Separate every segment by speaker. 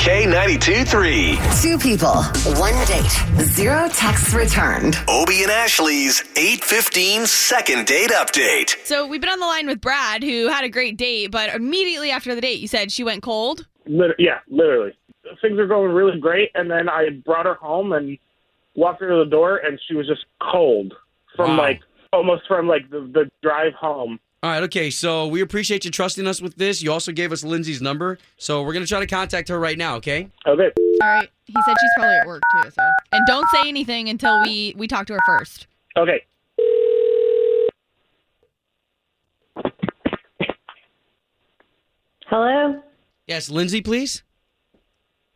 Speaker 1: K92 3.
Speaker 2: Two people, one date, zero texts returned.
Speaker 1: Obie and Ashley's 815 second date update.
Speaker 3: So we've been on the line with Brad, who had a great date, but immediately after the date, you said she went cold.
Speaker 4: Liter- yeah, literally. Things were going really great, and then I brought her home and walked her to the door, and she was just cold from
Speaker 5: Wow.
Speaker 4: like almost from like the, the drive home.
Speaker 5: All right, okay. So we appreciate you trusting us with this. You also gave us Lindsay's number, so we're gonna try to contact her right now. Okay.
Speaker 4: Okay,
Speaker 3: All right. He said she's probably at work too. So and don't say anything until we we talk to her first.
Speaker 4: okay.
Speaker 6: Hello,
Speaker 5: Yes, Lindsay, please.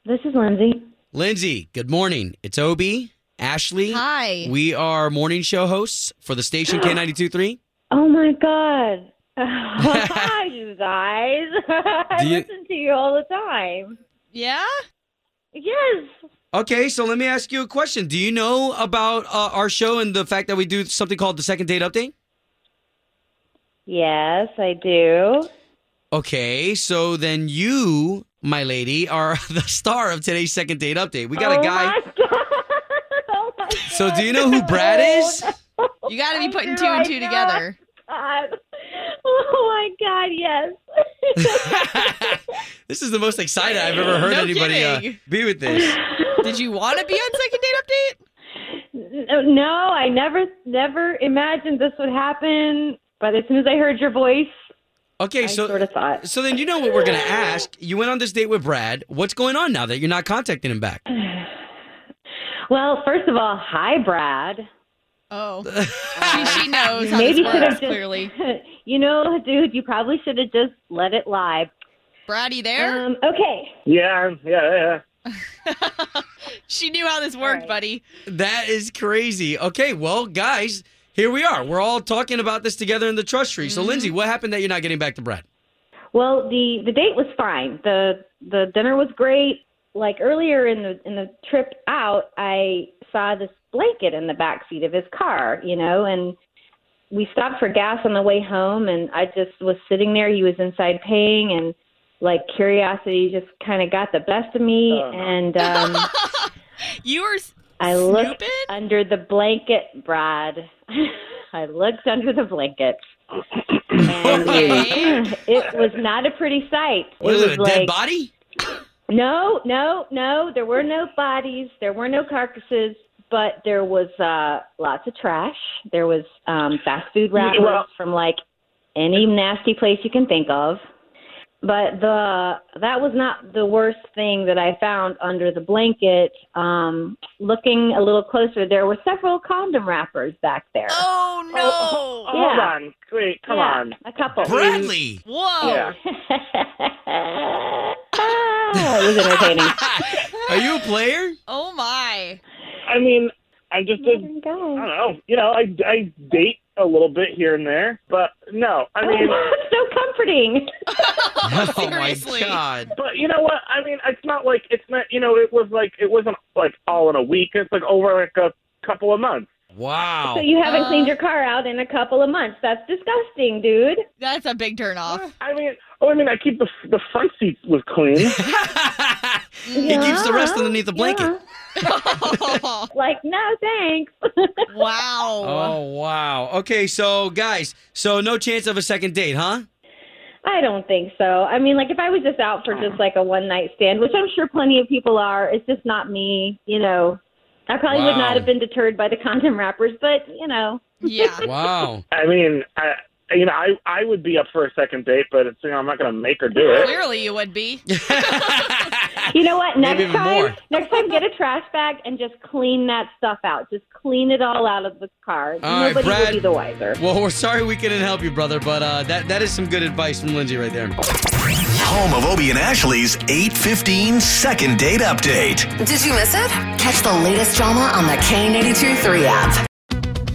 Speaker 6: this is Lindsay.
Speaker 5: Lindsay, good morning. It's Obi, Ashley.
Speaker 3: Hi.
Speaker 5: We are morning show hosts for the station K92.3.
Speaker 6: Oh my god. Hi, you guys. I
Speaker 5: Do you-
Speaker 6: listen to you all the time.
Speaker 3: Yeah.
Speaker 6: Yes.
Speaker 5: Okay, so let me ask you a question. Do you know about uh, our show and the fact that we do something called the second date update?
Speaker 6: Yes, I do.
Speaker 5: Okay, so then you, my lady, are the star of today's second date update. We got
Speaker 6: oh
Speaker 5: a guy.
Speaker 6: My god. Oh my god. Oh
Speaker 5: So do you know who Brad is?
Speaker 3: You got to
Speaker 6: I
Speaker 3: be putting
Speaker 6: do,
Speaker 3: two and
Speaker 6: I
Speaker 3: two
Speaker 6: know.
Speaker 3: together.
Speaker 6: God. Oh my god, yes.
Speaker 5: this is the most excited I've ever heard
Speaker 3: No
Speaker 5: anybody uh,
Speaker 3: kidding.
Speaker 5: be with this.
Speaker 3: Did you want to be on second date update?
Speaker 6: no, I never never imagined this would happen, but as soon as I heard your voice,
Speaker 5: Okay,
Speaker 6: I
Speaker 5: so
Speaker 6: sort of thought.
Speaker 5: so then you know what we're gonna ask. You went on this date with Brad. What's going on now that you're not contacting him back?
Speaker 6: Well, first of all, hi Brad.
Speaker 3: Oh. she, she knows how
Speaker 6: Maybe
Speaker 3: this
Speaker 6: should have
Speaker 3: works.
Speaker 6: just,
Speaker 3: Clearly,
Speaker 6: you know, dude, you probably should have just let it lie.
Speaker 3: Brad, you
Speaker 4: Uh,
Speaker 3: there?
Speaker 6: Um, okay,
Speaker 4: Yeah, yeah, yeah.
Speaker 3: she knew how this worked,
Speaker 6: Alright.
Speaker 3: buddy.
Speaker 5: That is crazy. Okay, well, guys, here we are. We're all talking about this together in the trust tree. So, Lindsay,
Speaker 6: Mm-hmm.
Speaker 5: what happened that you're not getting back to Brad?
Speaker 6: well the the date was fine. the The dinner was great. Like earlier in the in the trip out, I saw this blanket in the back seat of his car. You know, and we stopped for gas on the way home, and I just was sitting there. He was inside paying, and like curiosity just kind of got the best of me,
Speaker 4: Uh.
Speaker 6: and um,
Speaker 3: You were s-
Speaker 6: I looked
Speaker 3: snooping.
Speaker 6: under the blanket, Brad. I looked under the blanket. And
Speaker 3: Okay.
Speaker 6: it was not a pretty sight.
Speaker 5: What is
Speaker 6: it
Speaker 5: it,
Speaker 6: was
Speaker 5: a
Speaker 6: like
Speaker 5: dead body?
Speaker 6: no, no, no. There were no bodies. There were no carcasses, but there was uh, lots of trash. There was um, fast food wrappers
Speaker 4: Well-
Speaker 6: from like any nasty place you can think of. But the that was not the worst thing that I found under the blanket. Um, looking a little closer, there were several condom wrappers back there.
Speaker 3: Oh no!
Speaker 4: Oh, oh, Hold
Speaker 6: Yeah.
Speaker 4: on, wait, come
Speaker 6: Yeah,
Speaker 4: on.
Speaker 6: a couple.
Speaker 5: Bradley!
Speaker 3: Whoa!
Speaker 4: Yeah.
Speaker 6: Ah, it was entertaining.
Speaker 5: Are you a player?
Speaker 3: Oh my!
Speaker 4: I mean, I just did.
Speaker 6: Modern
Speaker 4: I don't
Speaker 6: guy.
Speaker 4: know. You know, I I date a little bit here and there, but no, I mean.
Speaker 6: That's so comforting.
Speaker 5: oh, my
Speaker 3: Seriously.
Speaker 5: God.
Speaker 4: But you know what? I mean, it's not like it's not. You know, it was like it wasn't like all in a week. It's like over like a couple of months.
Speaker 5: Wow.
Speaker 6: So you haven't
Speaker 3: Uh,
Speaker 6: cleaned your car out in a couple of months. That's disgusting, dude.
Speaker 3: That's a big turnoff.
Speaker 4: I mean, oh, I mean, I keep the the front seat was clean.
Speaker 5: he keeps the rest
Speaker 6: Yeah,
Speaker 5: underneath the blanket.
Speaker 6: yeah. Like, no, thanks.
Speaker 3: wow.
Speaker 5: Oh, wow. Okay, so, guys, so no chance of a second date, huh?
Speaker 6: I don't think so. I mean, like, if I was just out for just like a one night stand, which I'm sure plenty of people are, it's just not me. You know, I probably
Speaker 5: Wow.
Speaker 6: would not have been deterred by the condom wrappers, but you know,
Speaker 3: Yeah.
Speaker 5: Wow.
Speaker 4: I mean, I, you know, I I would be up for a second date, but it's, you know, I'm not going to make her do it.
Speaker 3: Clearly, you would be.
Speaker 6: you know what?
Speaker 5: Ah, Maybe
Speaker 6: Next
Speaker 5: even
Speaker 6: time,
Speaker 5: more.
Speaker 6: next time, get a trash bag and just clean that stuff out. Just clean it all out of the car.
Speaker 5: All right,
Speaker 6: Nobody
Speaker 5: Brad.
Speaker 6: will be the wiser.
Speaker 5: well, we're sorry we couldn't help you, brother, but uh, that, that is some good advice from Lindsay right there.
Speaker 1: home of Obie and Ashley's 815 second date update.
Speaker 2: Did you miss it? Catch the latest drama on the K82 3 app.